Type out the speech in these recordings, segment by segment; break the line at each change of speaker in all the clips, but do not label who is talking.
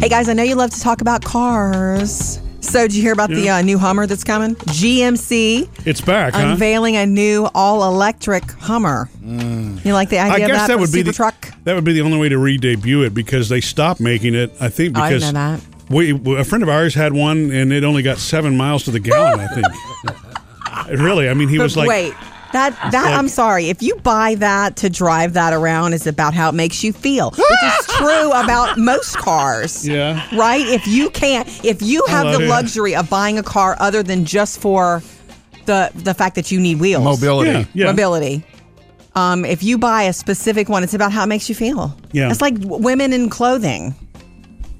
Hey guys, I know you love to talk about cars. So, did you hear about the
Yeah.
uh, new Hummer that's coming? GMC
It's back, huh?
unveiling a new all-electric Hummer. You like the idea
Mm. I
of
guess
that,
that
for
would be
super
the
truck?
that would be the only way to re-debut it because they stopped making it. I think
Oh, I
because
didn't know
we a friend of ours had one and it only got seven miles to the gallon. I think. really, I mean, he
But
was like,
wait, that that I'm sorry. If you buy that to drive that around, is about how it makes you feel, which is true about most cars.
Yeah.
Right. If you can't, if you have
love
the
it.
luxury of buying a car other than just for the the fact that you need wheels,
Mobility.
yeah, yeah.
mobility. Um, if you buy a specific one, it's about how it makes you feel.
Yeah.
It's like w- women in clothing,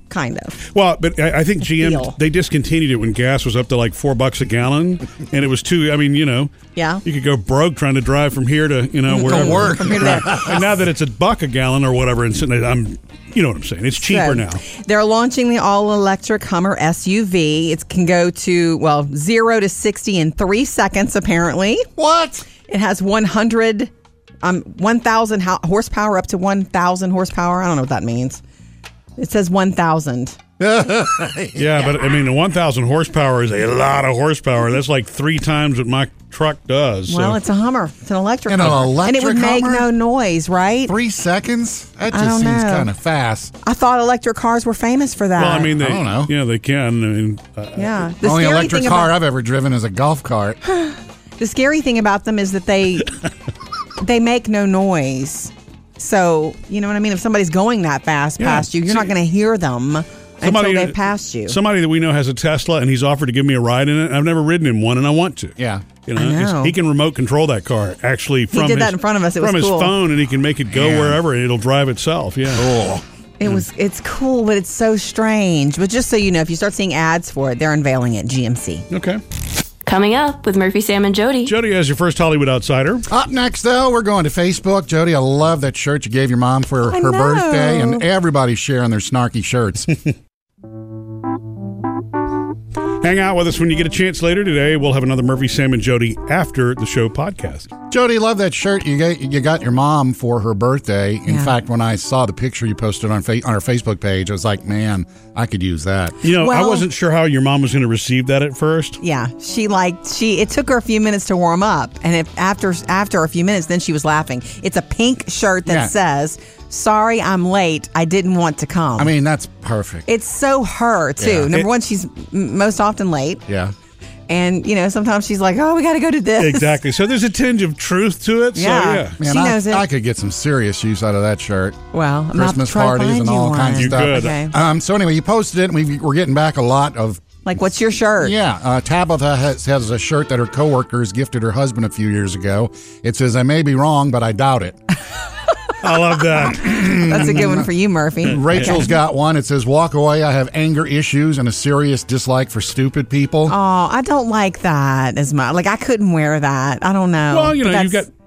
kind of.
Well, but I, I think GM
Feel.
they discontinued it when gas was up to like four bucks a gallon, and it was too. I mean, you know,
Yeah.
you could go broke trying to drive from here to you know wherever.
work.
From here to there.
and now that it's a buck a gallon or whatever, and sitting- I'm, you know what I'm saying? It's cheaper
So,
now.
They're launching the all electric Hummer SUV. It can go to, well, zero to 60 in three seconds, apparently.
What?
It has 100, um, 1,000 ho- horsepower, up to 1,000 horsepower. I don't know what that means. It says 1,000.
Yeah, but I mean, the 1,000 horsepower is a lot of horsepower. That's like three times what my truck does. so-
Well, it's a Hummer. It's an electric
And an
Hummer. And it would
electric
make no
Hummer?
noise, right?
Three seconds? That
I
just
don't
seems
know.
kind of fast.
I thought electric cars were famous for that.
Well, I mean, they,
I don't know.
Yeah, they can. I mean, uh,
yeah.
The only
scary
electric
thing
car
about-
I've ever driven is a golf cart.
The scary thing about them is that they they make no noise. So you know what I mean. If somebody's going that fast
Yeah.
past you, you're not
See-
going to hear them
somebody
until they pass you.
Somebody that we know has a Tesla, and he's offered to give me a ride in it. I've never ridden in one, and I want to.
Yeah.
You know,
I
it's-
know.
he can remote control that car actually from
did
his,
that in front of us. It was
from
cool.
his phone, and he can make it go
Yeah.
wherever, and it'll drive itself. Yeah.
Oh.
it was it's cool, but it's so strange. But just so you know, if you start seeing ads for it, they're unveiling it. GMC.
Okay.
Coming up with Murphy, Sam, and Jody.
Jody has your first Hollywood outsider.
Up next, though, we're going to Facebook. Jody, I love that shirt you gave your mom for
I
her
know.
birthday, and everybody's sharing their snarky shirts.
Hang out with us when you get a chance later today. We'll have another Murphy, Sam, and Jody after the show podcast.
Jody, love that shirt you got, you got your mom for her birthday. In
Yeah.
fact, when I saw the picture you posted on, fa- on our Facebook page, I was like, man, I could use that.
You know, I
Well-
wasn't sure how your mom was going to receive that at first.
Yeah, she like she. It took her a few minutes to warm up, and if, after after a few minutes, then she was laughing. It's a pink shirt that
Yeah.
says, "Sorry, I'm late. I didn't want to come."
I mean, that's perfect.
it's so her too.
Yeah.
Number
It-
one, she's m- most often late.
yeah.
And you know, sometimes she's like, "Oh, we got to go to this."
Exactly. So there's a tinge of truth to it.
Yeah.
So, yeah.
Man,
She
I,
knows it.
I could get some serious use out of that shirt.
Well, I'm
Christmas
not trying to
parties
find
and
you
all
one.
kinds of
You
stuff.
could.
Okay.
Um, so anyway, you posted it, and we, we're getting back a lot of.
Like, what's your shirt?
Yeah, uh, Tabitha has, has a shirt that her coworkers gifted her husband a few years ago. It says, "I may be wrong, but I doubt it."
I love that.
That's a good one for you, Murphy.
Rachel's got one. It says, "Walk away. I have anger issues and a serious dislike for stupid people."
Oh, I don't like that as much. Like, I couldn't wear that. I don't know.
well, you
But
know, you've got.
that's-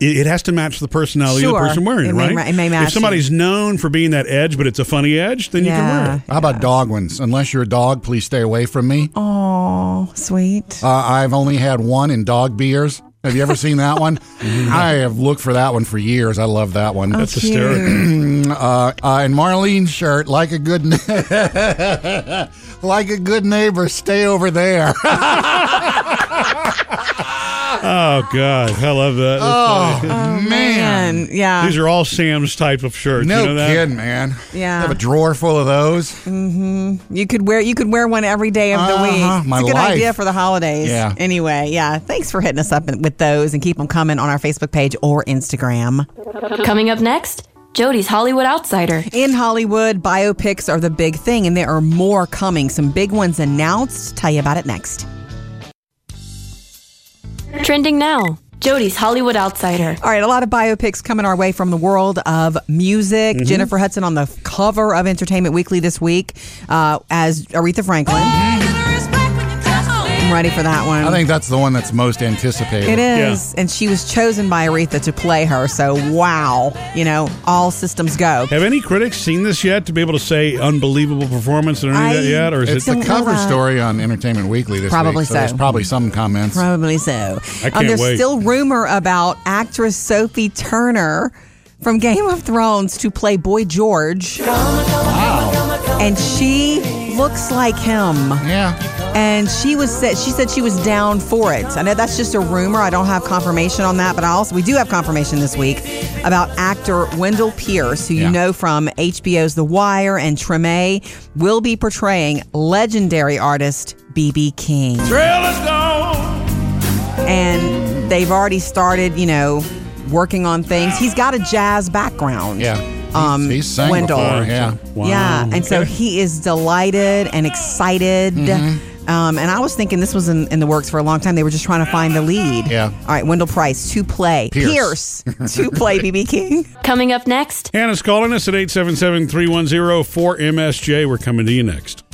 It it has to match the personality
Sure.
of the person wearing it,
It may-
right?
it may match
if somebody's known for being that edge, but it's a funny edge, then you can wear
yeah.
it.
How about dog ones? Unless you're a dog, please stay away from me.
Oh, sweet.
Uh, I've only had one in dog beers. Have you ever seen that one? I have looked for that one for years. I love
Oh,
that one.
That's hysterical.
Uh, uh, and Marlene's shirt, like a good, ne- like a good neighbor, stay over there.
Oh God, I love that. That's
Oh.
funny.
man,
And Oh, yeah,
These are all Sam's type of shirts.
no
you know that?
kidding, man.
Yeah.
have a drawer full of those.
you could wear you could wear one every day of the
Uh-huh,
week.
my
it's a good
life.
idea for the holidays.
Yeah.
Anyway, yeah. Thanks for hitting us up with those and keep them coming on our Facebook page or Instagram.
Coming up next, Jody's Hollywood Outsider.
In Hollywood, biopics are the big thing, and there are more coming. Some big ones announced. Tell you about it next.
Trending now, Jody's Hollywood Outsider.
All right, a lot of biopics coming our way from the world of music.
Mm-hmm.
Jennifer Hudson on the cover of Entertainment Weekly this week uh, as Aretha Franklin. I'm ready for that one.
I think that's the one that's most anticipated.
Mm-hmm. it is. And she was chosen by Aretha to play her. So, wow. You know, all systems go.
Have any critics seen this yet to be able to say unbelievable performance or any
I
of that yet? Or is
It's
it?
the
Don't know
cover
that.
story on Entertainment Weekly this
uh, Probably
week,
so.
There's probably some comments.
Probably so. Um,
I can't
there's
wait.
still rumor about actress Sophie Turner from Game of Thrones to play Boy George. And she looks like him.
Yeah.
And she was said she said she was down for it. I know that's just a rumor. I don't have confirmation on that, but I also we do have confirmation this week about actor Wendell Pierce, who
Yeah.
you know from HBO's The Wire and Treme, will be portraying legendary artist BB King. And they've already started, you know, working on things. He's got a jazz background.
Yeah.
Um,
He's- he's sang
Wendell.
before, yeah.
Wow.
Yeah, and so
Okay.
he is delighted and excited.
Mm-hmm.
Um, and I was thinking this was in, in the works for a long time. They were just trying to find the lead.
Yeah.
All right, Wendell Price to play
Pierce.
Pierce, to play BB King.
Coming up next,
Hannah's calling us at 877 310 4MSJ. We're coming to you next.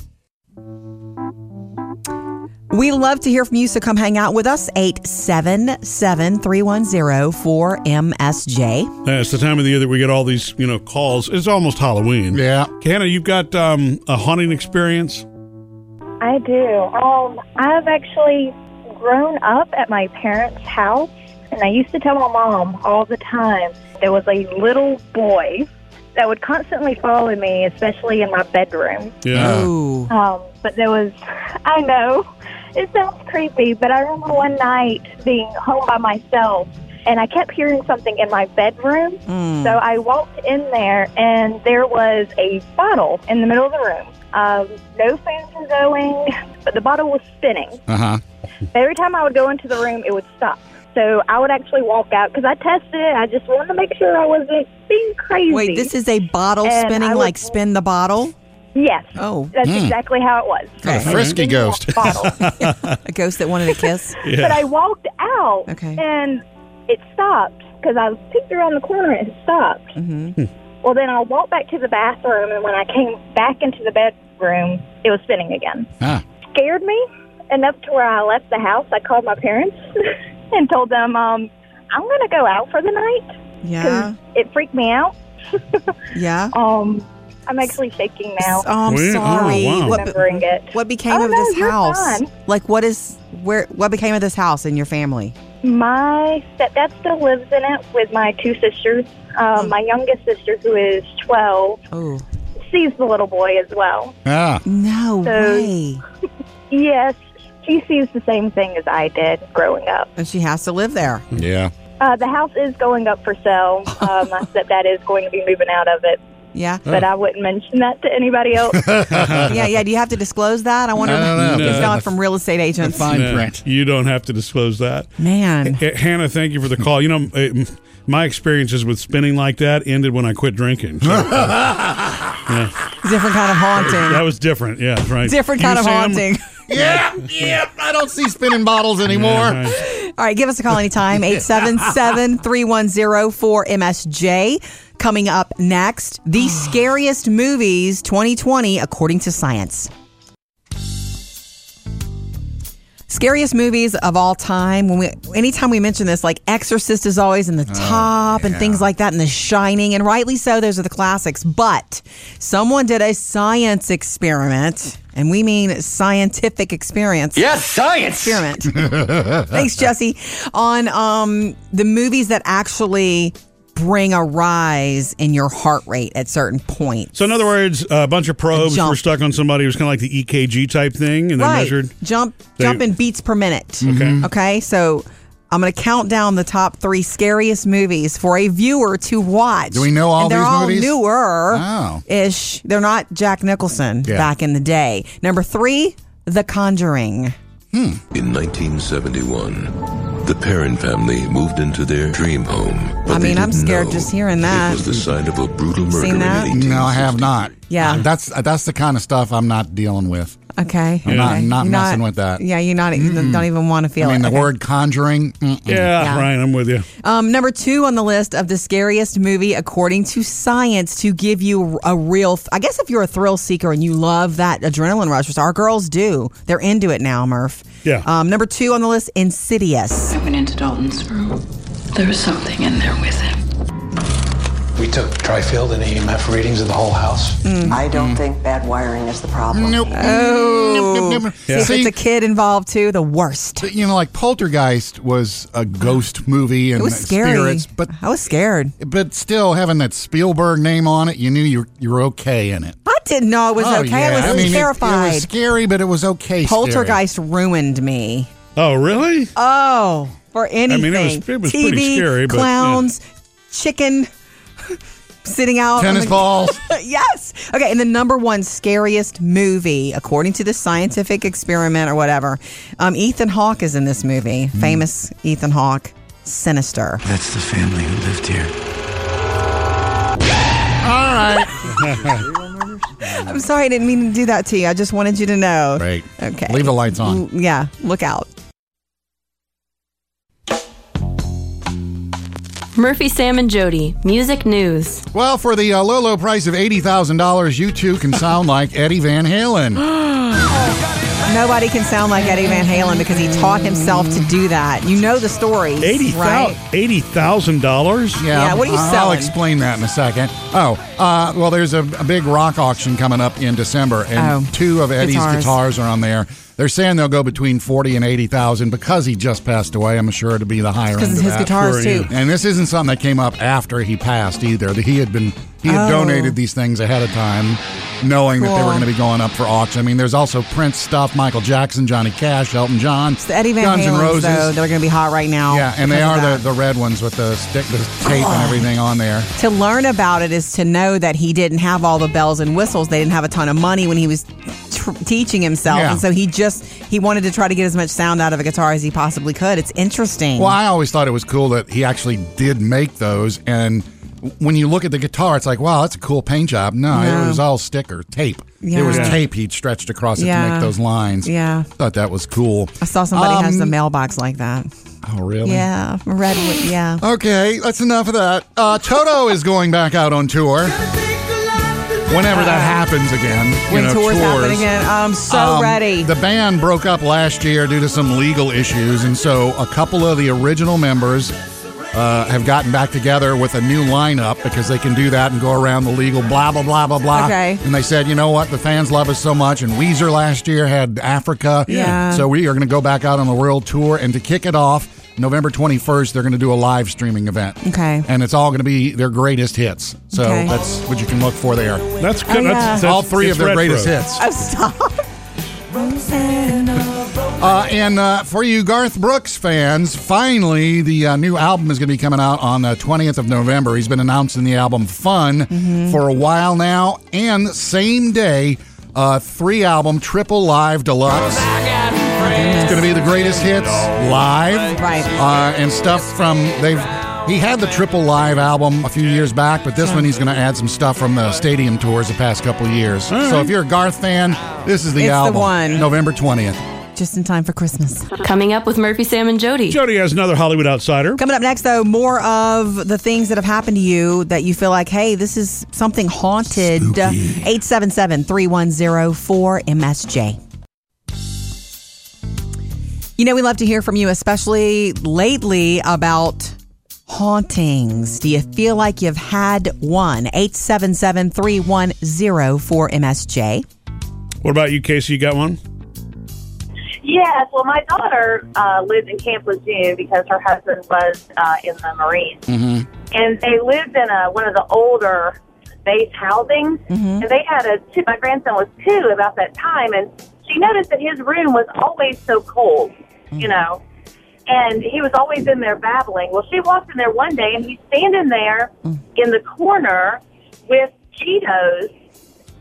We love to hear from you, so come hang out with us. 877 310 4MSJ.
Uh, it's the time of the year that we get all these, you know, calls. It's almost Halloween.
Yeah.
Hannah, you've got um, a haunting experience.
I do. Um, I've actually grown up at my parents' house, and I used to tell my mom all the time there was a little boy that would constantly follow me, especially in my bedroom.
Yeah.
Ooh.
Um, but there was, I know, it sounds creepy, but I remember one night being home by myself and I kept hearing something in my bedroom.
Mm.
So I walked in there and there was a bottle in the middle of the room. Um, no fans were going, but the bottle was spinning.
Uh huh.
Every time I would go into the room, it would stop. So I would actually walk out because I tested it. I just wanted to make sure I wasn't being crazy.
Wait, this is a bottle
And
spinning
I would-
like spin the bottle?
yes.
Oh,
That's exactly how it was.
Okay.
A frisky ghost.
Bottle.
a ghost that wanted a kiss?
But I walked out,
Okay.
and it stopped because I peeked around the corner and it stopped.
Mm-hmm.
Well, then I walked back to the bathroom, and when I came back into the bedroom, it was spinning again.
Ah.
Scared me enough to where I left the house. I called my parents and told them um, I'm going to go out for the night
Yeah.
because it freaked me out.
Yeah.
Um, I'm actually shaking now.
Oh, I'm
Wait, oh,
sorry.
wow.
What-
Remembering it.
What became
Oh,
of
no,
this
you're
house?
fine.
Like, what is where? What became of this house in your family?
My stepdad still lives in it with my two sisters. Um,
Mm.
My youngest sister, who is 12,
Oh
sees the little boy as well.
Ah.
no
So-
way!
Yes, she sees the same thing as I did growing up.
And she has to live there.
Yeah.
Uh, the house is going up for sale. Uh, my stepdad is going to be moving out of it,
Yeah,
but I wouldn't mention that to anybody else.
yeah, yeah. Do you have to disclose that? I wonder.
I don't know.
if It's
No.
not from real estate agents.
Fine
No,
print.
You don't have to disclose that.
Man,
Eh, Hannah, thank you for the call. You know, eh, my experiences with spinning like that ended when I quit drinking. So, yeah,
different kind of
that
haunting.
was different. Yeah, right.
Different
You,
kind of
Sam?
haunting.
Yeah. Yeah. I don't see spinning bottles anymore.
Yeah, right.
All right, give us a call anytime. 877 310 4MSJ. Coming up next, the scariest movies 2020, according to science. Scariest movies of all time. When we, anytime we mention this, like Exorcist is always in the top and things like that, and The Shining, and rightly so. Those are the classics. But someone did a science experiment, and we mean scientific experience experiment. Thanks, Jesse. On um, the movies that actually bring a rise in your heart rate at certain points.
So, in other words, a bunch of probes
Jump.
were stuck on somebody who was kind of like the EKG type thing, and they
right.
measured.
Jump,
They-
jump in beats per minute.
Mm-hmm.
Okay. Okay. So I'm going to count down the top three scariest movies for a viewer to watch. Do
we know all
and they're
these
all
movies?
newer
Wow.
ish. They're not Jack Nicholson
Yeah.
back in the day. Number three, The Conjuring.
In 1971, the Perrin family moved into their dream home. but
I
they
mean, I'm
didn't
scared
know
just hearing that.
It was the sign of a brutal murder
Seen
in
that?
18-
No, I have not.
Yeah.
That's that's the kind of stuff I'm not dealing with.
Okay.
I'm not-
okay.
not
You're
messing with that.
Yeah, you're not. You don't even want to feel
I
it.
mean, the
Okay.
word conjuring. mm,
Yeah, Ryan, I'm with you.
Um, number two on the list of the scariest movie, according to science, to give you a real. I guess if you're a thrill seeker and you love that adrenaline rush, which our girls do, they're into it now, Murph.
Yeah.
Um, number two on the list, Insidious.
I went into Dalton's room. There was something in there with him. We took Trifield and EMF readings of the whole house.
I don't
Mm.
think bad wiring is the problem.
Nope. Oh. Nope, nope, nope.
Yeah.
If
See,
it's a kid involved too, the worst.
you know, like Poltergeist was a ghost movie and
It was scary.
spirits, but
I was scared.
but still having that Spielberg name on it, you knew you you were okay in it.
I didn't know it was
Oh,
okay. I
yeah.
was
mean, it- It,
terrified.
was scary, but it was okay. scary.
Poltergeist ruined me.
Oh, really?
Oh, for anything.
mean, it was- it was
TV,
pretty scary, but, yeah.
clowns, chicken, sitting out. on
tennis
the-
balls.
yes. Okay. And the number one scariest movie, according to the scientific experiment or whatever, um, Ethan Hawke is in this movie.
Hmm.
Famous Ethan Hawke, Sinister.
That's the family who lived here.
All right,
I'm sorry, I didn't mean to do that to you. I just wanted you to know.
great.
Okay. Mm.
leave the lights on.
L- Yeah. Look out.
Murphy, Sam, and Jody, music news.
Well, for the uh, low, low price of $80,000, you two can sound like Eddie Van Halen.
Nobody can sound like Eddie Van Halen because he taught himself to do that. You know the story.
Eighty
right?
thousand dollars.
Yeah, what are you
I- I'll
selling?
explain that in a second. Oh, uh, well, there's a, a big rock auction coming up in December, and
Oh,
two of Eddie's
guitars.
guitars. are on there. They're saying they'll go between forty and eighty thousand because he just passed away. I'm sure it'll be the higher end.
Because
of
his
that.
guitars
for you.
too.
And this isn't something that came up after he passed either. That He had been he had
Oh.
donated these things ahead of time, knowing that they
Cool.
were going to be going up for auction. I mean, there's also Prince stuff, Michael Jackson, Johnny Cash, Elton John,
It's the Eddie Van
Guns N'
Halens,
Roses.
though, they're going to be hot right now.
yeah, and they
because of
are the,
that.
the red ones with the stick, the tape, and everything on there.
to learn about it is to know that he didn't have all the bells and whistles. They didn't have a ton of money when he was tr- teaching himself,
Yeah.
and so he just he wanted to try to get as much sound out of a guitar as he possibly could. It's interesting.
Well, I always thought it was cool that he actually did make those. And when you look at the guitar, it's like, wow, that's a cool paint job. No,
No.
it was all sticker tape. It was
Yeah.
tape he'd stretched across it to
Yeah.
make those lines.
Yeah.
thought that was cool.
I saw somebody has a
Um,
mailbox like that.
Oh, really?
Yeah, redwood. Yeah.
Okay, that's enough of that. Uh, Toto is going back out on tour. Whenever that happens again. you
when
know,
tours, happen
tours.
again, I'm so
Um,
ready.
The band broke up last year due to some legal issues, and so a couple of the original members uh, have gotten back together with a new lineup because they can do that and go around the legal blah blah blah blah blah.
Okay.
And they said, you know what, the fans love us so much, and Weezer last year had Africa.
Yeah.
So we are going to go back out on the world tour, and to kick it off. November 21st, they're going to do a live streaming event.
Okay.
And it's all going to be their greatest hits. So
Okay.
that's what you can look for there.
That's good.
Oh, yeah.
that's, that's,
all three
it's
of their
retro.
greatest hits.
oh, stop.
Uh, and uh, for you Garth Brooks fans, finally, the uh, new album is going to be coming out on the 20th of November. He's been announcing the album Fun
Mm-hmm.
for a while now, and same day, uh, three album triple live deluxe. It's going to be the greatest hits live,
Right.
Uh, and stuff from they've. He had the triple live album a few years back, but this one he's going to add some stuff from the stadium tours the past couple years. So if you're a Garth fan, this is the
Mm-hmm. It's the
album.
one.
November 20th.
Just in time for Christmas.
Coming up with Murphy, Sam, and Jody.
Jody has another Hollywood outsider.
Coming up next, though, more of the things that have happened to you that you feel like, hey, this is something haunted. 877 3104 MSJ. You know, we love to hear from you, especially lately about hauntings. Do you feel like you've had one? 877 3104 MSJ.
What about you, Casey? You got one?
Yes, well, my daughter uh, lived in Camp Lejeune because her husband was uh, in the Marines, and they lived in a, one of the older base housings. And they had a two. My grandson was two about that time, and she noticed that his room was always so cold, you know, and he was always in there babbling. Well, she walked in there one day, and he's standing there in the corner with Cheetos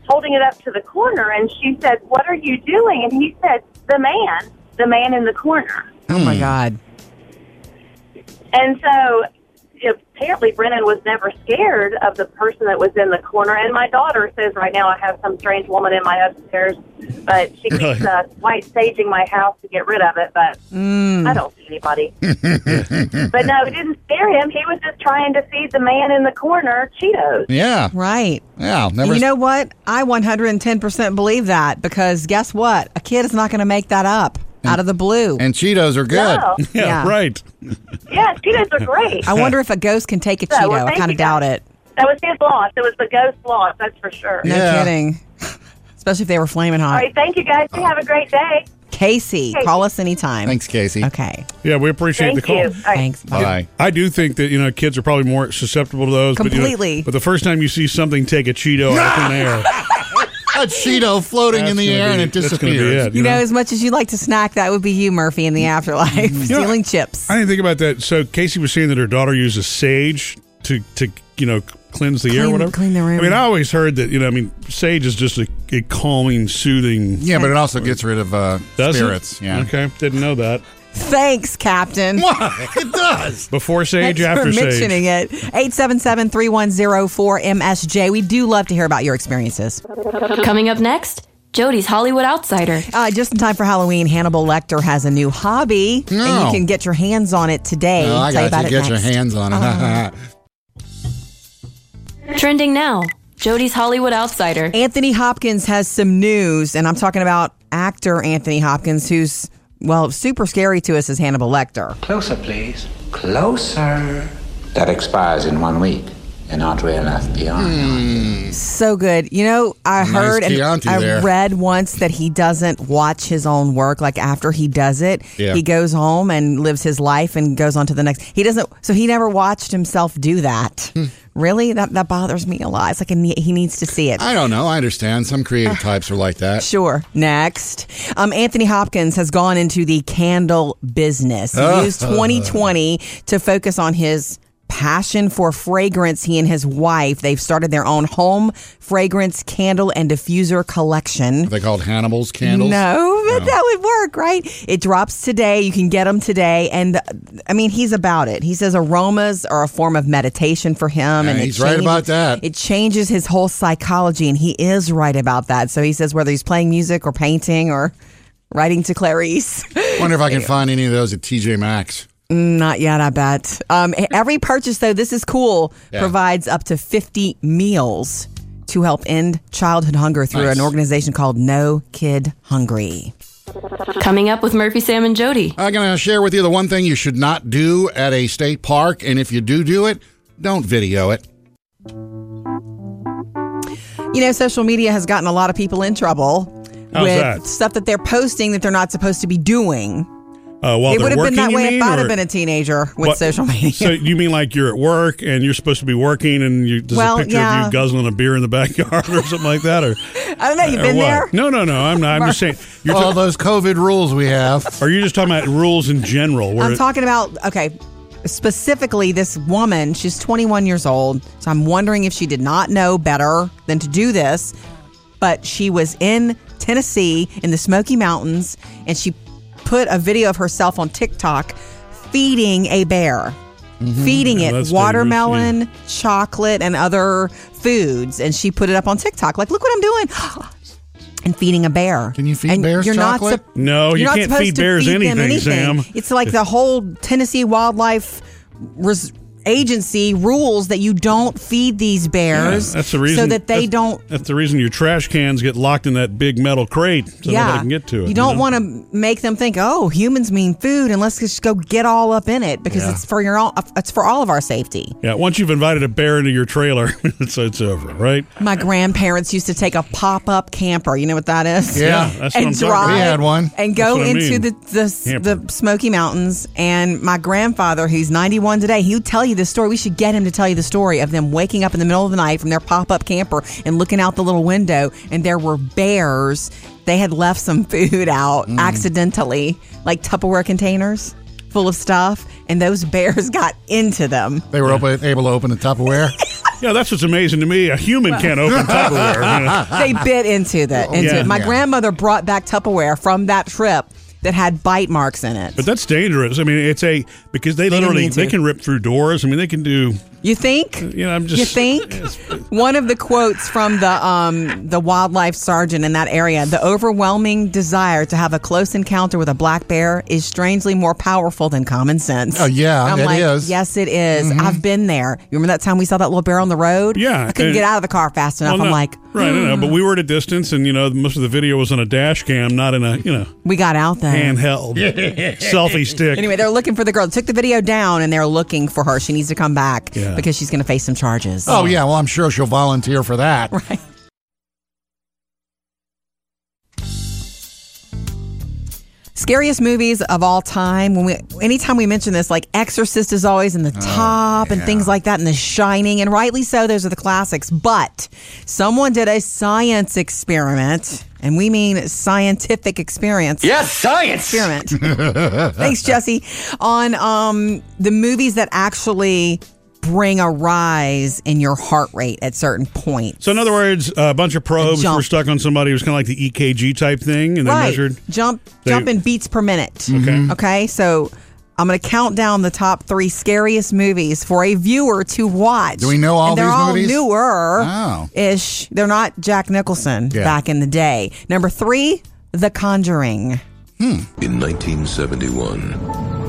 holding it up to the corner and she said, What are you doing? And he said, The man, the man in the corner.
Oh, my God.
And so apparently Brennan was never scared of the person that was in the corner. And my daughter says right now I have some strange woman in my upstairs, but she
Really?
keeps uh, white staging my house to get rid of it. But I don't see anybody. but no, it didn't scare him. He was just trying to feed the man in the corner Cheetos.
Yeah.
Right.
Yeah. I'll Never
you know what? I 110% believe that because guess what? A kid is not going to make that up out of the blue.
and Cheetos are good.
No.
Yeah,
Yeah.
right.
Yeah, Cheetos are great.
I wonder if a ghost can take a
Yeah,
Cheeto.
well,
I
thank
kind of
you,
doubt
guys.
it.
That was his loss. It was the ghost loss, that's for sure.
No
Yeah.
kidding. Especially if they were flaming hot.
All right, thank you guys. You have a great day.
Casey, call us anytime.
Thanks, Casey.
Okay.
Yeah, we appreciate the
Thank
call.
you. All right.
Thanks.
Bye. Bye.
I do think that you know kids are probably more susceptible to those. But, you know-
Completely.
but the first time you see something take a Cheeto out of thin air,
A Cheeto floating in
that's
the
gonna
air
be-
and it
that's gonna be
disappears.
it,
You know, as much as you like to snack, that would be you, Murphy, in the
Mm-hmm.
afterlife, stealing chips.
I didn't think about that. So Casey was saying that her daughter uses sage to to you know cleanse the air,
Clean-
or whatever.
clean the room.
I mean, I always heard that you know. I mean, sage is just a, a calming, soothing.
Yeah, but it also gets rid of uh,
Does it?
spirits. Yeah.
Okay. Didn't know that.
Thanks, Captain.
Why? It does.
Before sage,
Thanks
after
for
sage.
mentioning it. 877-3104-MSJ. We do love to hear about your experiences.
Coming up next, Jody's Hollywood Outsider.
Uh, just in time for Halloween, Hannibal Lecter has a new hobby, and
No.
you can get your hands on it today.
Oh, I
Tell you
got
about
you.
it
Get your
next. Uh-huh.
hands on it.
Trending now, Jody's Hollywood Outsider.
Anthony Hopkins has some news, and I'm talking about actor Anthony Hopkins, who's well super scary to us as Hannibal Lecter.
Closer, please. Closer. That expires in one week, and Andre and left beyond.
So good. You know, I
Hmm. Nice
heard and
Chianti
I
there.
read once that he doesn't watch his own work. Like after he does it,
Yeah.
he goes home and lives his life and goes on to the next. He doesn't. So he never watched himself do that.
Hmm.
Really, that that bothers me a lot. It's like a, ne- he needs to see it.
I don't know. I understand. Some
Ah.
creative types are like that.
Sure. Next. Um, Anthony Hopkins has gone into the candle business. He used 2020 to focus on his passion for fragrance. He and his wife, they've started their own home fragrance candle and diffuser collection.
Are they called Hannibal's candles?
No, but that would work, right? It drops today. You can get them today. And uh, I mean, he's about it. He says aromas are a form of meditation for him. and it
he's right about that.
It changes his whole psychology, and he is right about that. So he says whether he's playing music or painting or writing to Clarice.
Wonder if I can find any of those at TJ Maxx.
Not yet, I bet. Um, every purchase, though, this is cool,
Yeah.
provides up to 50 meals to help end childhood hunger through
Nice.
an organization called No Kid Hungry.
Coming up with Murphy, Sam, and Jody.
I'm going to share with you the one thing you should not do at a state park, and if you do do it, don't video it.
You know, social media has gotten a lot of people in trouble
How's
with
that?
stuff that they're posting that they're not supposed to be doing.
Uh, while
it
they're
would have been
working,
that
you
way
mean,
if I'd
or-
have been a teenager with
What-
social media.
So you mean like you're at work and you're supposed to be working and you, there's
Well,
a picture of
yeah.
you guzzling a beer in the backyard or something like that, or
I don't know. You've
or
been
what?
there.
No, no, no. I'm not. I'm just saying. You're
All
talking.
those COVID rules we have.
are you just talking about rules in general? Where
I'm
it-
talking about okay, specifically this woman. She's 21 years old, so I'm wondering if she did not know better than to do this. But she was in Tennessee in the Smoky Mountains, and she put a video of herself on TikTok feeding a bear.
Mm-hmm.
Feeding
Yeah,
it
that's dangerous,
watermelon, chocolate, and other foods. And she put it up on TikTok. Like, look what I'm doing. and feeding a bear.
Can you feed
And
bears
you're Not
chocolate?
sup-
No, you
you're not
can't
supposed
feed
to
bears
feed them
anything, Sam.
It's like the whole Tennessee Wildlife Res- Agency rules that you don't feed these
Yeah,
bears.
that's the reason.
So that they
that's-
don't.
That's the reason your trash cans get locked in that big metal crate so nobody
yeah,
can get to it.
you don't
know?
want to make them think, "Oh, humans mean food," and let's just go get all up in it because
Yeah.
it's for your all, it's for all of our safety.
Yeah, once you've invited a bear into your trailer, it's it's over, right?
My grandparents used to take a pop up camper. You know what that is?
Yeah.
that's what I'm
and
talking about.
drive.
We had one.
And
That's
go
what I
into
mean.
the the,
Camper.
the Smoky Mountains. And my grandfather, who's 91 today, he'll tell you the story. We should get him to tell you the story of them waking up in the middle of the night from their pop up camper and looking out the little window, and there were bears. They had left some food out
Mm.
accidentally, like Tupperware containers full of stuff, and those bears got into them.
They were open, able to open the Tupperware.
Yeah, that's what's amazing to me. A human can't open Tupperware. you know.
they bit into that. Into
Oh, Yeah.
it. My
Yeah.
grandmother brought back Tupperware from that trip that had bite marks in it.
But that's dangerous. I mean, it's a because they,
They
literally
need
they
to.
can rip through doors. I mean, they can do.
You think?
uh, You know, I'm just.
You think? One of the quotes from the um, the wildlife sergeant in that area: the overwhelming desire to have a close encounter with a black bear is strangely more powerful than common sense.
Oh, yeah,
I'm
it
like,
is.
Yes, it is. I've been there. You remember that time we saw that little bear on the road?
Mm-hmm. Yeah,
I couldn't
and-
get out of the car fast enough.
Well,
I'm
no.
like, "Hmm."
Right, I know, but we were at a distance, and you know, most of the video was on a dash cam, not in a you know
We got out then.
handheld selfie stick.
Anyway, they're looking for the girl. Took the video down and they're looking for her. She needs to come back
Yeah.
because she's going to face some charges.
Oh, yeah. Well, I'm sure she'll volunteer for that.
Right. Scariest movies of all time. When we, anytime we mention this, like Exorcist is always in the
Oh,
top, and things like that, and The Shining, and rightly so. Those are the classics. But someone did a science experiment, and we mean scientific experience.
Yes, science.
Experiment. Thanks, Jesse. On um, the movies that actually bring a rise in your heart rate at certain points.
So in other words, a bunch of probes
jump.
were stuck on somebody. It was kind of like the EKG type thing, and they
right.
measured.
Jump,
They-
jump in beats per minute. Okay.
Mm-hmm.
Okay. So I'm going to count down the top three scariest movies for a viewer to watch.
Do we know all
and they're
these
all
movies?
newer
Oh.
ish. They're not Jack Nicholson
Yeah.
back in the day. Number three, The Conjuring.
In 1971,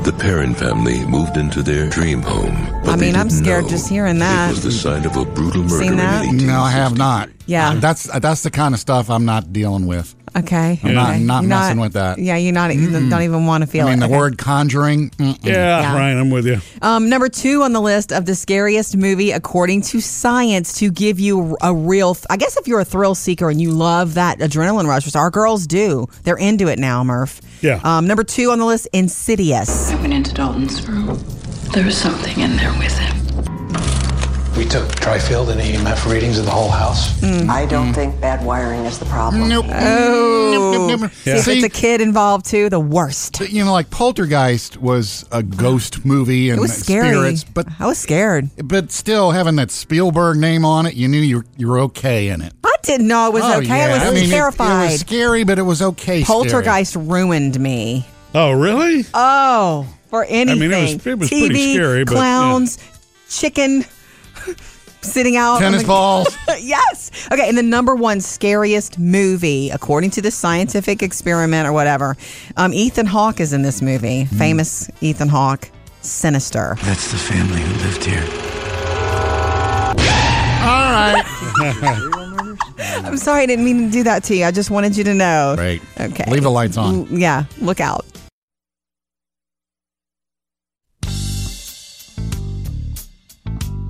the Perrin family moved into their dream home. But
I
they
mean, I'm
didn't
scared
know
just hearing that.
It was the sign of a brutal murder
Seen
in
that?
18.
No, I have not. Uh,
Yeah.
That's that's the kind of stuff I'm not dealing with.
Okay.
I'm not-
okay.
not
You're
messing with that.
Yeah, you're not. You don't even want to feel
I mean,
it.
the
Okay.
word conjuring. mm-mm.
Yeah,
Yeah.
Ryan, I'm with you.
Um, number two on the list of the scariest movie, according to science, to give you a real. I guess if you're a thrill seeker and you love that adrenaline rush, which our girls do, they're into it now, Murph.
Yeah.
Um, number two on the list, Insidious.
went into Dalton's room. There was something in there with him.
We took trifield and EMF readings of the whole house.
I
Mm.
don't think bad wiring is the problem.
Nope. Oh.
If it's a kid involved too, the worst.
you know, like Poltergeist was a ghost movie and
It was scary. Uh-huh.
spirits, but
I was scared.
but still having that Spielberg name on it, you knew you were, you were okay in it.
I didn't know it was
Oh,
okay.
yeah.
I was
mean, it- It,
terrified.
was scary, but it was okay. scary.
Poltergeist ruined me.
Oh, really?
Oh, for anything.
mean, it was- it was
TV,
pretty scary, but, yeah.
clowns, chicken, sitting out. on
tennis
the-
balls.
yes. Okay. And the number one scariest movie, according to the scientific experiment or whatever, um, Ethan Hawke is in this movie.
Hmm.
Famous Ethan Hawke, Sinister.
That's the family who lived here.
All right,
I'm sorry, I didn't mean to do that to you. I just wanted you to know.
great.
Okay.
Leave the lights
L-
on.
Yeah. Look out.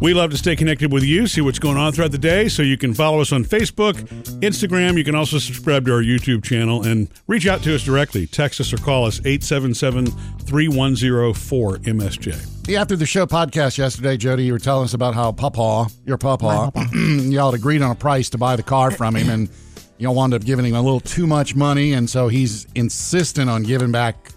We love to stay connected with you, see what's going on throughout the day, so you can follow us on Facebook, Instagram. You can also subscribe to our YouTube channel and reach out to us directly. Text us or call us 877 3104 MSJ.
The After the Show podcast yesterday, Jody, you were telling us about how Papa, your Papa, y'all had agreed on a price to buy the car from him, and y'all wound up giving him a little too much money, and so he's insistent on giving back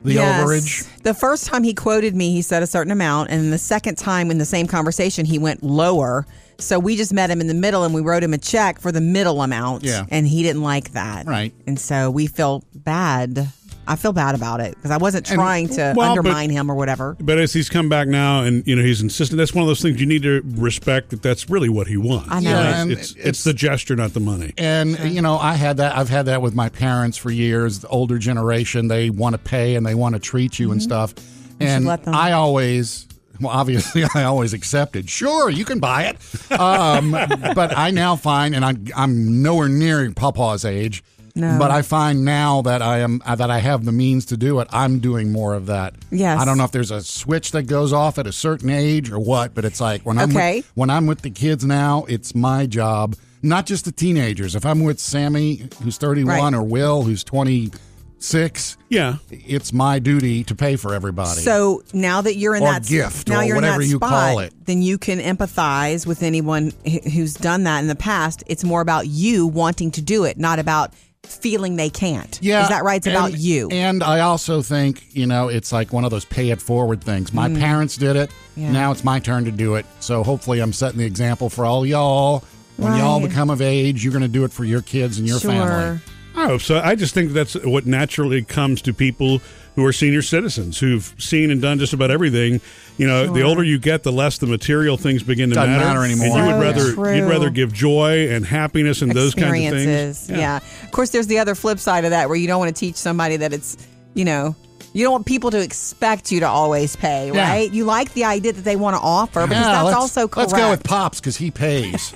the
Yes.
overage.
The first time he quoted me, he said a certain amount, and the second time in the same conversation, he went lower. So we just met him in the middle, and we wrote him a check for the middle amount.
Yeah.
and he didn't like that.
Right.
and so we feel bad. I feel bad about it because I wasn't
And-
trying to
well, but-
undermine him or whatever.
But as he's come back now and, you know, he's insistent, that's one of those things you need to respect that that's really what he wants.
I know.
Yeah,
It's-
and
it's, it's,
it's-
the gesture, not the money.
And you know, I had that. I've had that with my parents for years. The older generation, they want to pay and they want to treat you and stuff. And
Mm-hmm. let them.
I always, well, obviously, I always accepted. Sure, you can buy it, um, but I now find, and I'm, I'm nowhere near Papa's age.
No.
But I find now that I am uh, that I have the means to do it. I'm doing more of that.
Yes.
I don't know if there's a switch that goes off at a certain age or what, but it's like when I'm with-
Okay.
when I'm with the kids now, it's my job, not just the teenagers. If I'm with Sammy, who's 31,
Right.
or Will, who's 26,
Yeah.
it's my duty to pay for everybody.
So now that you're in
Or
that s-
gift,
now
or
you're in that
whatever you
spot,
call it.
then you can empathize with anyone wh- who's done that in the past. It's more about you wanting to do it, not about feeling they can't.
yeah,
is that right? It's about
and-
you.
And I also think you know it's like one of those pay it forward things. My parents did it.
Mm. Yeah.
Now it's my turn to do it. So hopefully, I'm setting the example for all y'all. When y'all
Right.
become of age, you're going to do it for your kids and your
sure.
family.
I hope so. I just think that's what naturally comes to people who are senior citizens who've seen and done just about everything. You know, the older you get, the less the material things begin to
Doesn't matter anymore. Oh,
And you would
So
rather you'd
true.
rather give joy and happiness and those kinds of
experiences.
things.
Yeah. Of course, there's the other flip side of that where you don't want to teach somebody that it's, you know, You don't want people to expect you to always pay,
Yeah.
right? You like the idea that they want to offer because
Yeah,
that's
let's-
also correct.
Let's go with Pops because he pays.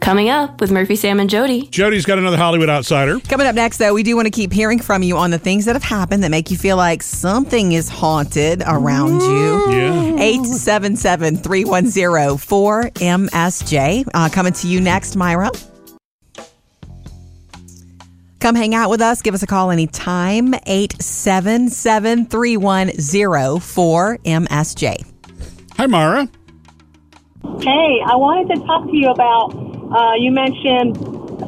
Coming up with Murphy, Sam, and Jody.
Jody's got another Hollywood outsider.
Coming up next, though, we do want to keep hearing from you on the things that have happened that make you feel like something is haunted around you.
Yeah.
877 310 4MSJ. Uh, coming to you next, Myra. Come hang out with us. Give us a call anytime. 877 310 4MSJ.
Hi, Mara.
Hey, I wanted to talk to you about. Uh, you mentioned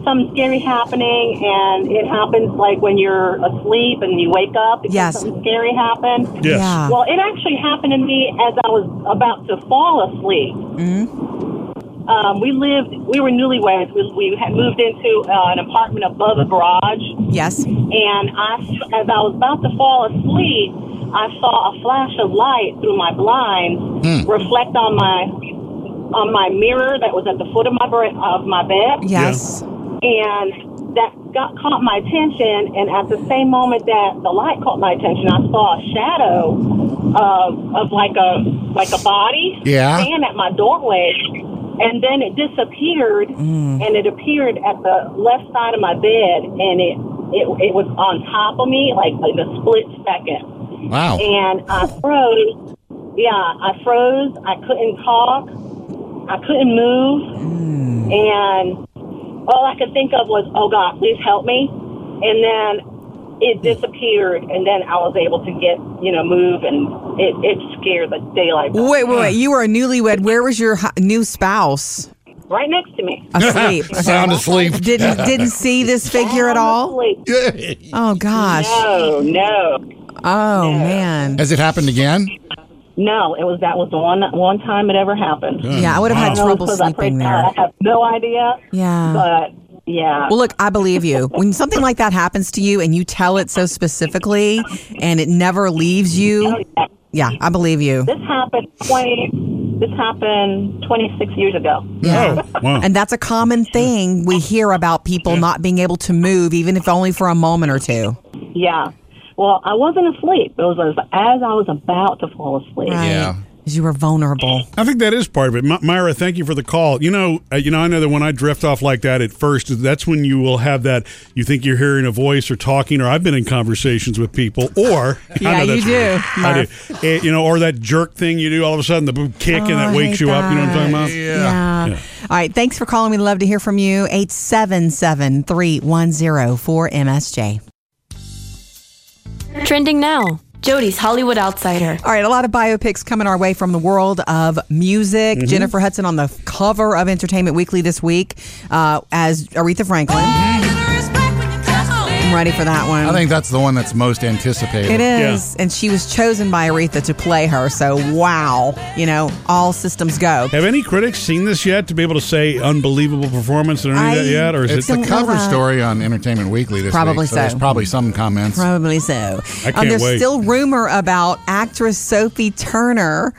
something scary happening, and it happens like when you're asleep and you wake up because
Yes.
something scary happened.
Yes. Yeah.
Well, it actually happened to me as I was about to fall asleep.
Mm-hmm.
Um, we lived, we were newlyweds. We, we had moved into uh, an apartment above a garage.
Yes.
and I, as I was about to fall asleep, I saw a flash of light through my blinds reflect on my on my mirror that was at the foot of my bre- of my bed,
Yes.
and that got caught my attention. And at the same moment that the light caught my attention, I saw a shadow of of like a like a body
Yeah.
stand at my doorway. And then it disappeared, and it appeared at the left side of my bed, and it it, it was on top of me, like in a split second
wow.
and I froze. Yeah, I froze. I couldn't talk. I couldn't move.
Hmm.
And all I could think of was, oh God, please help me. And then it disappeared. And then I was able to get, you know, move. And it, it scared the daylight out of
Wait, wait,
me.
wait. You were a newlywed. Where was your hu- new spouse?
Right next to me.
Asleep.
Sound asleep.
didn't didn't see this figure at all.
Honestly,
Oh gosh.
No, no,
Oh man.
Has it happened again?
no. It was that was the one one time it ever happened.
Yeah, I would have had
No,
trouble
because I prayed
sleeping
to
there.
God. I have no idea.
Yeah.
But yeah.
Well, look, I believe you. When something like that happens to you and you tell it so specifically and it never leaves you, yeah, I believe you.
This happened twenty. This happened twenty six years ago.
Oh, wow.
And that's a common thing we hear about people not being able to move, even if only for a moment or two.
Yeah. Well, I wasn't asleep. It was as, as I was about to fall asleep.
Yeah. Because you were vulnerable.
I think that is part of it. My- Myra, thank you for the call. You know, uh, you know, I know that when I drift off like that at first, that's when you will have that. You think you're hearing a voice or talking, or I've been in conversations with people, or I
Yeah,
know
you
that's-
do,
I do. Eh, you know, or that jerk thing you do all of a sudden, the boom kick,
Oh,
and
I
that wakes
hate
you up. You know what I'm talking
that.
about?
Yeah. Uh, All right. Thanks for calling. We'd love to hear from you. 877 310 4MSJ.
Trending now. Jody's Hollywood Outsider.
All right, a lot of biopics coming our way from the world of music.
Mm-hmm.
Jennifer Hudson on the cover of Entertainment Weekly this week uh, as Aretha Franklin. I'm ready for that one.
I think that's the one that's most anticipated.
it is. And she was chosen by Aretha to play her. So, wow. You know, all systems go.
Have any critics seen this yet to be able to say unbelievable performance or any
I-
of that yet? Or is
It's
it?
the
Don't know
cover
that.
story on Entertainment Weekly this
Probably
week,
so.
There's probably some comments.
Probably so. Um,
I can't
there's
wait.
still rumor about actress Sophie Turner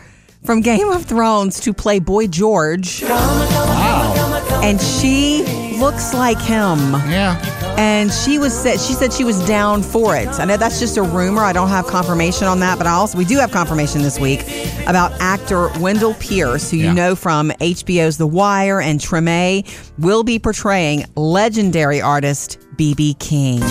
from Game of Thrones to play Boy George. And she looks like him.
Yeah.
and she was said she said she was down for it. I know that's just a rumor. I don't have confirmation on that, but I also we do have confirmation this week about actor Wendell Pierce, who
Yeah.
you know from HBO's The Wire and Treme, will be portraying legendary artist BB King.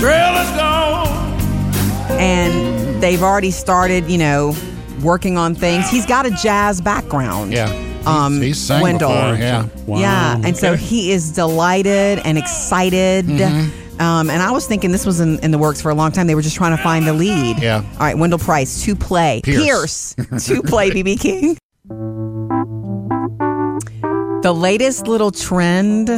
And they've already started, you know, working on things. He's got a jazz background.
Yeah.
Um,
he's, he's sang
Wendell.
before, Yeah.
Wow.
Yeah, and so
Okay.
he is delighted and excited.
Mm-hmm.
Um, and I was thinking this was in, in the works for a long time. They were just trying to find the lead.
Yeah.
All right, Wendell Price to play
Pierce.
Pierce, to play BB King. The latest little trend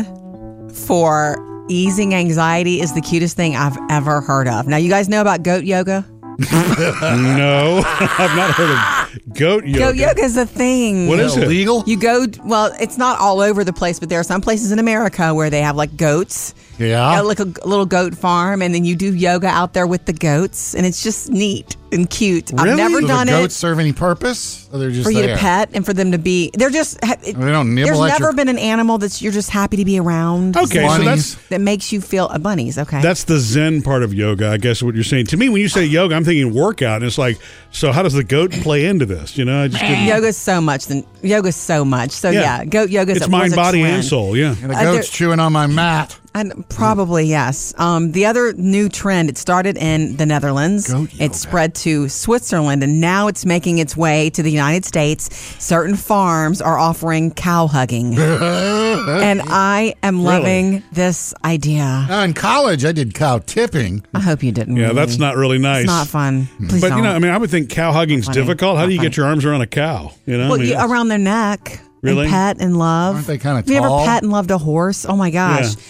for easing anxiety is the cutest thing I've ever heard of. Now, you guys know about goat yoga?
No, I've not heard of goat yoga.
Goat yoga is a thing.
What
What
is
is
it?
Legal?
You go, well, it's not all over the place, but there are some places in America where they have like goats.
Yeah.
Got, like a g- little goat farm, and then you do yoga out there with the goats, and it's just neat. and cute. I've
Really?
never
Do
done
the
it
goats serve any purpose? Or they're just
for you
there?
to pet and for them to be. They're just. ha- It,
They don't nibble
there's
at
never
your-
been an animal that's you're just happy to be around.
Okay, so Bunnies. that's-
that makes you feel uh, bunnies. Okay,
That's the Zen part of yoga, I guess. What you're saying to me, when you say yoga, I'm thinking workout, and it's like, so how does the goat play into this? You know, I just didn't.
yoga's so much. Then yoga's so much. So
Yeah.
yeah, goat yoga's
It's
a- was
mind,
a
body,
trend.
and soul. Yeah,
And the
Uh, they're-
goat's chewing on my mat.
And probably yes. Um, the other new trend it started in the Netherlands. It spread to Switzerland, and now it's making its way to the United States. Certain farms are offering cow hugging, and I am
Really?
loving this idea.
Now, Uh, in college, I did cow tipping.
I hope you didn't.
yeah,
really.
that's not really nice.
It's not fun.
Hmm.
Please
but
don't.
you know, I mean, I would think cow hugging's
Not funny.
difficult. How
Not
do you get
funny.
your arms around a cow? You know, I
well,
mean,
you, around their neck.
Really?
And pet and love.
Aren't they kinda
Have you ever
tall?
pet and loved a horse? Oh my gosh.
Yeah.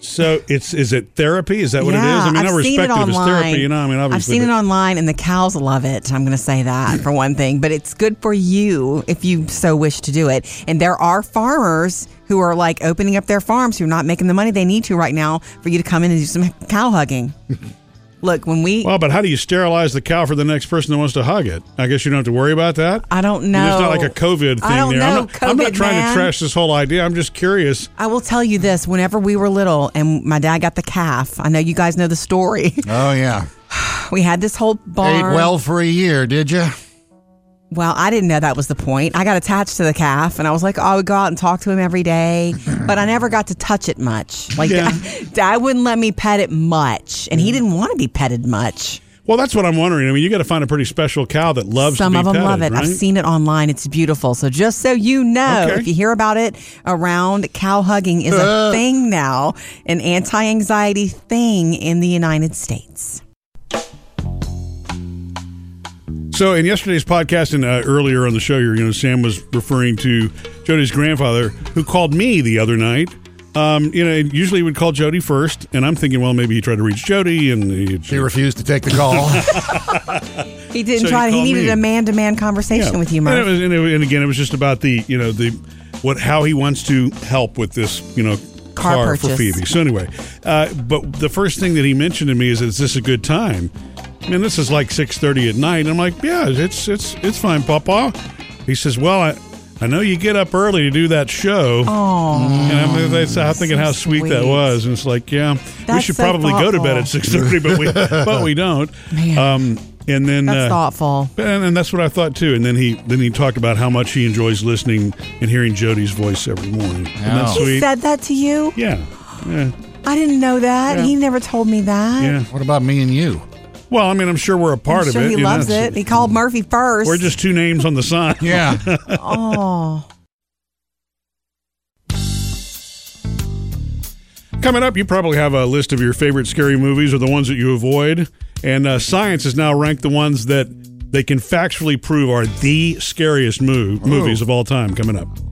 So it's is it therapy? Is that what it is? I mean,
have
I
seen
respect
it
it if
online.
it's therapy. You know, I mean, obviously,
I've seen
but-
it online, and the cows love it. I'm going to say that for one thing, but it's good for you if you so wish to do it. And there are farmers who are like opening up their farms who are not making the money they need to right now for you to come in and do some cow hugging. Look, when we,
Well, but how do you sterilize the cow for the next person that wants to hug it? I guess you don't have to worry about that.
I don't know.
It's not like a COVID thing
I don't
there.
know,
I'm, not, I'm not
COVID,
trying
man.
to trash this whole idea. I'm just curious.
I will tell you this: whenever we were little, and my dad got the calf. I know you guys know the story.
Oh, yeah.
we had this whole barn.
Ate well for a year, did you?
Well, I didn't know that was the point. I got attached to the calf, and I was like, oh, I would go out and talk to him every day, but I never got to touch it much. Like,
Yeah.
Dad, Dad wouldn't let me pet it much, and he didn't want to be petted much.
Well, that's what I'm wondering. I mean, you got to find a pretty special cow that loves
Some
to be
of them
petted,
love it.
Right?
I've seen it online. It's beautiful. So just so you know,
Okay.
if you hear about it around, cow hugging is a
Uh.
thing now, an anti-anxiety thing in the United States.
So, in yesterday's podcast and uh, earlier on the show, you know, Sam was referring to Jody's grandfather, who called me the other night. Um, you know, and usually he would call Jody first, and I'm thinking, well, maybe he tried to reach Jody, and he,
She refused to take the call.
He didn't
So you
try. He
called
needed
me.
a man-to-man conversation with you, Murph.
And, it was, and, it- and again, it was just about the you know the what how he wants to help with this you know
Car
for
purchase.
Phoebe. So anyway, uh, but the first thing that he mentioned to me is, "Is this a good time?" Man, this is like six thirty at night. And I'm like, "Yeah, it's it's it's fine, Papa." He says, "Well, I." I know you get up early to do that show, and I'm, that's, I'm thinking
so
how sweet, that
sweet.
was. And it's like, yeah, we
That's
should
so
probably go to bed
thoughtful.
at six thirty, but we but we don't.
Man.
Um, and then
That's
uh,
thoughtful.
and, and that's what I thought too. And then he then he talked about how much he enjoys listening and hearing Jody's voice every morning. And that's
Wow.
He
sweet.
said that to you.
yeah. Yeah.
I didn't know that.
Yeah.
He never told me that.
Yeah.
what about me and you?
Well, I mean, I'm sure we're a part
I'm
of
sure
it.
he
you know,
loves
it's-
it. He called Murphy first.
We're just two names on the sign.
Yeah.
oh,
Coming up, you probably have a list of your favorite scary movies or the ones that you avoid. And uh, science has now ranked the
Oh.
ones that they can factually prove are the scariest move, movies of all time. Coming up.